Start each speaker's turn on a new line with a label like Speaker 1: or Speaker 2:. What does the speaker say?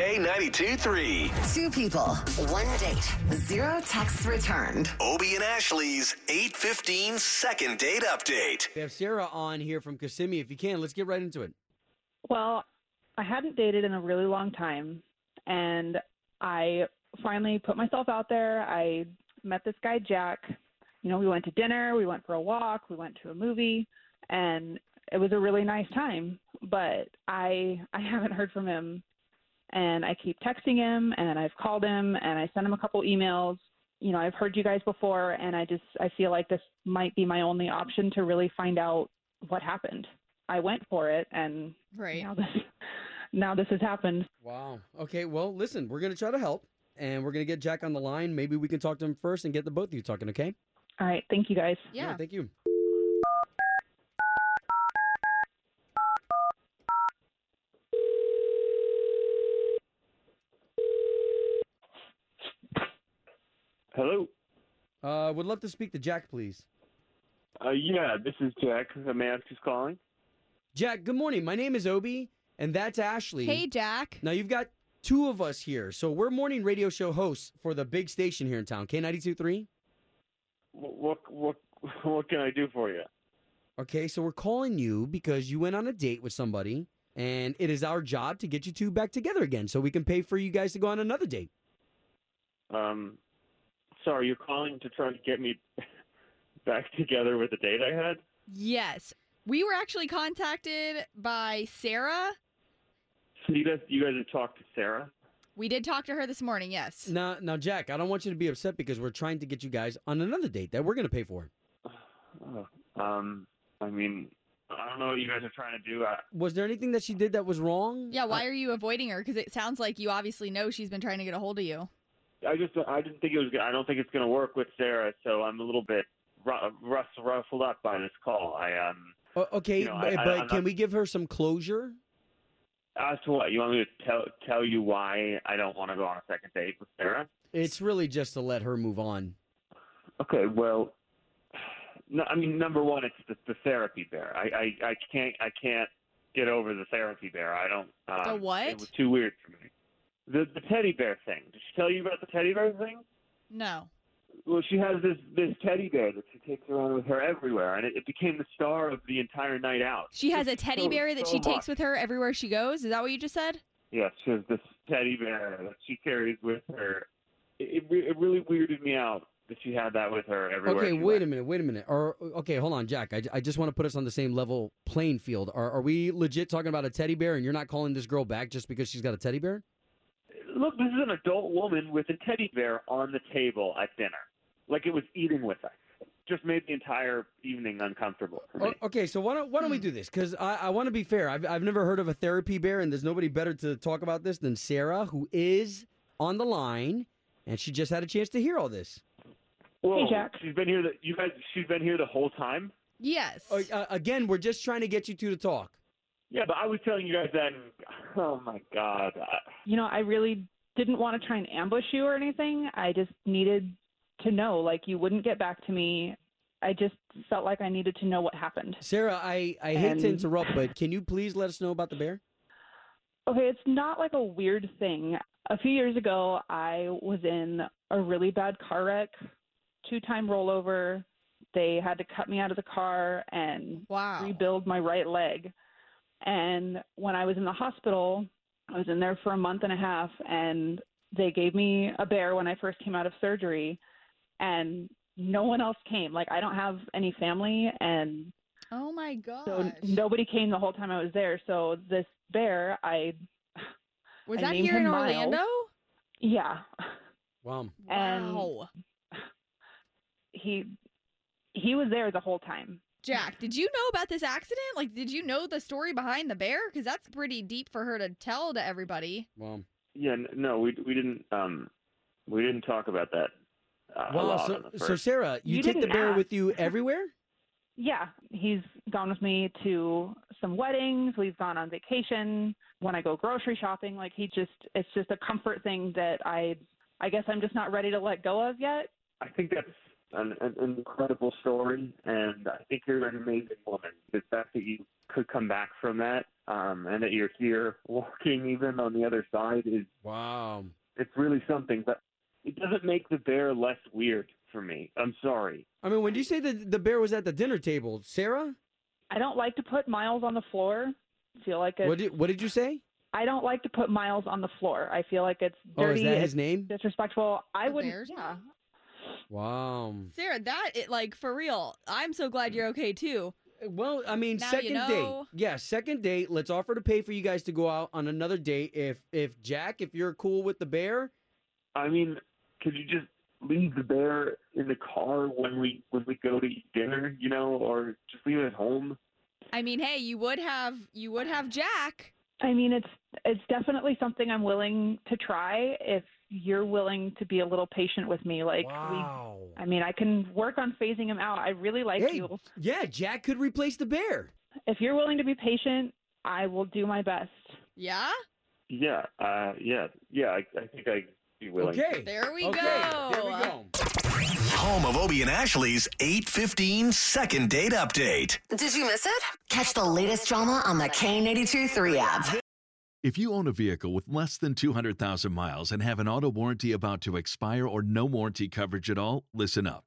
Speaker 1: K92 3.
Speaker 2: Two people, one date, zero texts returned.
Speaker 1: Obie and Ashley's 815 second date update.
Speaker 3: We have Sarah on here from Kissimmee. If you can, let's get right into it.
Speaker 4: Well, I hadn't dated in a really long time, and I finally put myself out there. I met this guy, Jack. You know, we went to dinner, we went for a walk, we went to a movie, and it was a really nice time. But I I haven't heard from him, and I keep texting him, and I've called him, and I sent him a couple emails. You know, I've heard you guys before, and I just I feel like this might be my only option to really find out what happened. I went for it, and
Speaker 5: Right.
Speaker 4: now this now this has happened
Speaker 3: Wow. Okay, well, listen, we're going to try to help and we're going to get Jack on the line. Maybe we can talk to him first and get the both of you talking, okay?
Speaker 4: all right thank you guys
Speaker 5: Yeah.
Speaker 3: thank you.
Speaker 6: Hello.
Speaker 3: Uh, would love to speak to Jack, please.
Speaker 6: Uh, yeah, this is Jack. The man who's calling.
Speaker 3: Jack, good morning. My name is Obi, and that's Ashley.
Speaker 5: Hey, Jack.
Speaker 3: Now, you've got two of us here. So we're morning radio show hosts for the big station here in town, K92 3.
Speaker 6: What, what what what can I do for you?
Speaker 3: Okay, so we're calling you because you went on a date with somebody, and it is our job to get you two back together again so we can pay for you guys to go on another date.
Speaker 6: Um, sorry, you're calling to try to get me back together with the date I had.
Speaker 5: Yes. We were actually contacted by Sarah.
Speaker 6: So you guys you guys have talked to Sarah.
Speaker 5: We did talk to her this morning, yes.
Speaker 3: Now, now, Jack, I don't want you to be upset because we're trying to get you guys on another date that we're going to pay for.
Speaker 6: Oh, um, I mean, I don't know what you guys are trying to do. I,
Speaker 3: Was there anything that she did that was wrong?
Speaker 5: Yeah, why are you avoiding her? Because it sounds like you obviously know she's been trying to get a hold of you.
Speaker 6: I just I didn't think it was. gonna- I don't think it's going to work with Sarah. So I'm a little bit ru- rust ruffled up by this call. I um.
Speaker 3: Uh, O- okay,
Speaker 6: You know,
Speaker 3: but,
Speaker 6: I- I-
Speaker 3: but
Speaker 6: I'm
Speaker 3: can
Speaker 6: not-
Speaker 3: we give her some closure?
Speaker 6: As to what you want me to tell tell you why I don't want to go on a second date with Sarah?
Speaker 3: It's really just to let her move on.
Speaker 6: Okay, well, no, I mean, number one, it's the, the therapy bear. I, I, I can't, I can't get over the therapy bear. I don't. Um,
Speaker 5: The what?
Speaker 6: It was too weird for me. The the teddy bear thing. Did she tell you about the teddy bear thing?
Speaker 5: No.
Speaker 6: Well, she has this this teddy bear that she takes around with her everywhere, and it, it became the star of the entire night out.
Speaker 5: She has a teddy
Speaker 6: so-
Speaker 5: bear that
Speaker 6: so
Speaker 5: she takes
Speaker 6: much.
Speaker 5: with her everywhere she goes. Is that what you just said?
Speaker 6: Yes, she has this teddy bear that she carries with her. It it, re- it really weirded me out that she had that with her everywhere.
Speaker 3: Okay,
Speaker 6: she
Speaker 3: wait
Speaker 6: went.
Speaker 3: a minute, wait a minute. Or okay, hold on, Jack. I, I just want to put us on the same level playing field. Are, are we legit talking about a teddy bear, and you're not calling this girl back just because she's got a teddy bear?
Speaker 6: look, this is an adult woman with a teddy bear on the table at dinner, like it was eating with us. Just made the entire evening uncomfortable for me.
Speaker 3: O- okay, so why don't why don't
Speaker 4: Hmm.
Speaker 3: we do this? Because I, I want to be fair. I've I've never heard of a therapy bear, and there's nobody better to talk about this than Sarah, who is on the line, and she just had a chance to hear all this.
Speaker 6: Whoa,
Speaker 4: Hey, Jack.
Speaker 6: she's been here. The, you guys, she's been here the whole time.
Speaker 5: Yes.
Speaker 4: Oh,
Speaker 3: Uh, uh, again, we're just trying to get you two to talk.
Speaker 6: Yeah, but I was telling you guys that. And, oh my god. uh, I,
Speaker 4: you know i really didn't want to try and ambush you or anything i just needed to know like you wouldn't get back to me i just felt like i needed to know what happened
Speaker 3: Sarah, I, I hate to
Speaker 4: And-
Speaker 3: interrupt, but can you please let us know about the bear?
Speaker 4: okay it's not like a weird thing a few years ago i was in a really bad car wreck two time rollover they had to cut me out of the car and
Speaker 5: wow.
Speaker 4: rebuild my right leg. And when I was in the hospital, I was in there for a month and a half, and they gave me a bear when I first came out of surgery, and no one else came. Like, I don't have any family, and
Speaker 5: Oh my gosh.
Speaker 4: so nobody came the whole time I was there. So, this bear, I,
Speaker 5: Was
Speaker 4: I
Speaker 5: that
Speaker 4: named
Speaker 5: here in
Speaker 4: him Miles.
Speaker 5: Orlando?
Speaker 4: yeah,
Speaker 3: Wow.
Speaker 4: And-
Speaker 5: wow.
Speaker 4: he, he was there the whole time.
Speaker 5: Jack, did you know about this accident? Like, did you know the story behind the bear? Because that's pretty deep for her to tell to everybody.
Speaker 3: Wow.
Speaker 6: yeah, n- no, we we didn't um, we didn't talk about that. Uh, a
Speaker 3: Wow.
Speaker 6: lot on
Speaker 3: So,
Speaker 6: the
Speaker 3: so
Speaker 6: first-
Speaker 3: Sarah, you,
Speaker 4: You
Speaker 3: take the
Speaker 4: didn't
Speaker 3: bear
Speaker 4: ask.
Speaker 3: with you everywhere?
Speaker 4: Yeah, he's gone with me to some weddings. We've gone on vacation. When I go grocery shopping, like he just, it's just a comfort thing that I, I guess I'm just not ready to let go of yet.
Speaker 6: I think that's an, an incredible story, and I think you're an amazing woman. The fact that you could come back from that, um, and that you're here walking even on the other side is
Speaker 3: Wow.
Speaker 6: it's really something. But it doesn't make the bear less weird for me. I'm sorry.
Speaker 3: I mean, when you say that the bear was at the dinner table, Sarah,
Speaker 4: I don't like to put miles on the floor. I feel like it's,
Speaker 3: what did, what did you say?
Speaker 4: I don't like to put miles on the floor. I feel like it's
Speaker 3: Oh, is
Speaker 4: dirty,
Speaker 3: that
Speaker 4: it's
Speaker 3: his name?
Speaker 4: disrespectful. I
Speaker 5: The
Speaker 4: wouldn't.
Speaker 5: bear's
Speaker 4: yeah.
Speaker 3: Wow.
Speaker 5: Sarah, that it like for real. I'm so glad you're okay too.
Speaker 3: Well, I mean,
Speaker 5: Now you
Speaker 3: second
Speaker 5: know.
Speaker 3: date. Yeah, second date. Let's offer to pay for you guys to go out on another date. If if Jack, if you're cool with the bear,
Speaker 6: I mean, could you just leave the bear in the car when we when we go to eat dinner? You know, or just leave it at home.
Speaker 5: I mean, hey, you would have you would have Jack.
Speaker 4: I mean, it's it's definitely something I'm willing to try if you're willing to be a little patient with me. Like, we, I mean, I can work on phasing him out. I really like
Speaker 3: Hey.
Speaker 4: you.
Speaker 3: yeah, Jack could replace the bear.
Speaker 4: If you're willing to be patient, I will do my best.
Speaker 5: Yeah?
Speaker 6: Yeah, uh, yeah, yeah. I, I think I'd be willing.
Speaker 3: Okay,
Speaker 5: There we
Speaker 3: okay,
Speaker 5: go.
Speaker 3: There we go.
Speaker 1: Home of Obie and Ashley's 815 second date update.
Speaker 2: Did you miss it? Catch the latest drama on the K82 3 app.
Speaker 7: If you own a vehicle with less than 200,000 miles and have an auto warranty about to expire or no warranty coverage at all, listen up.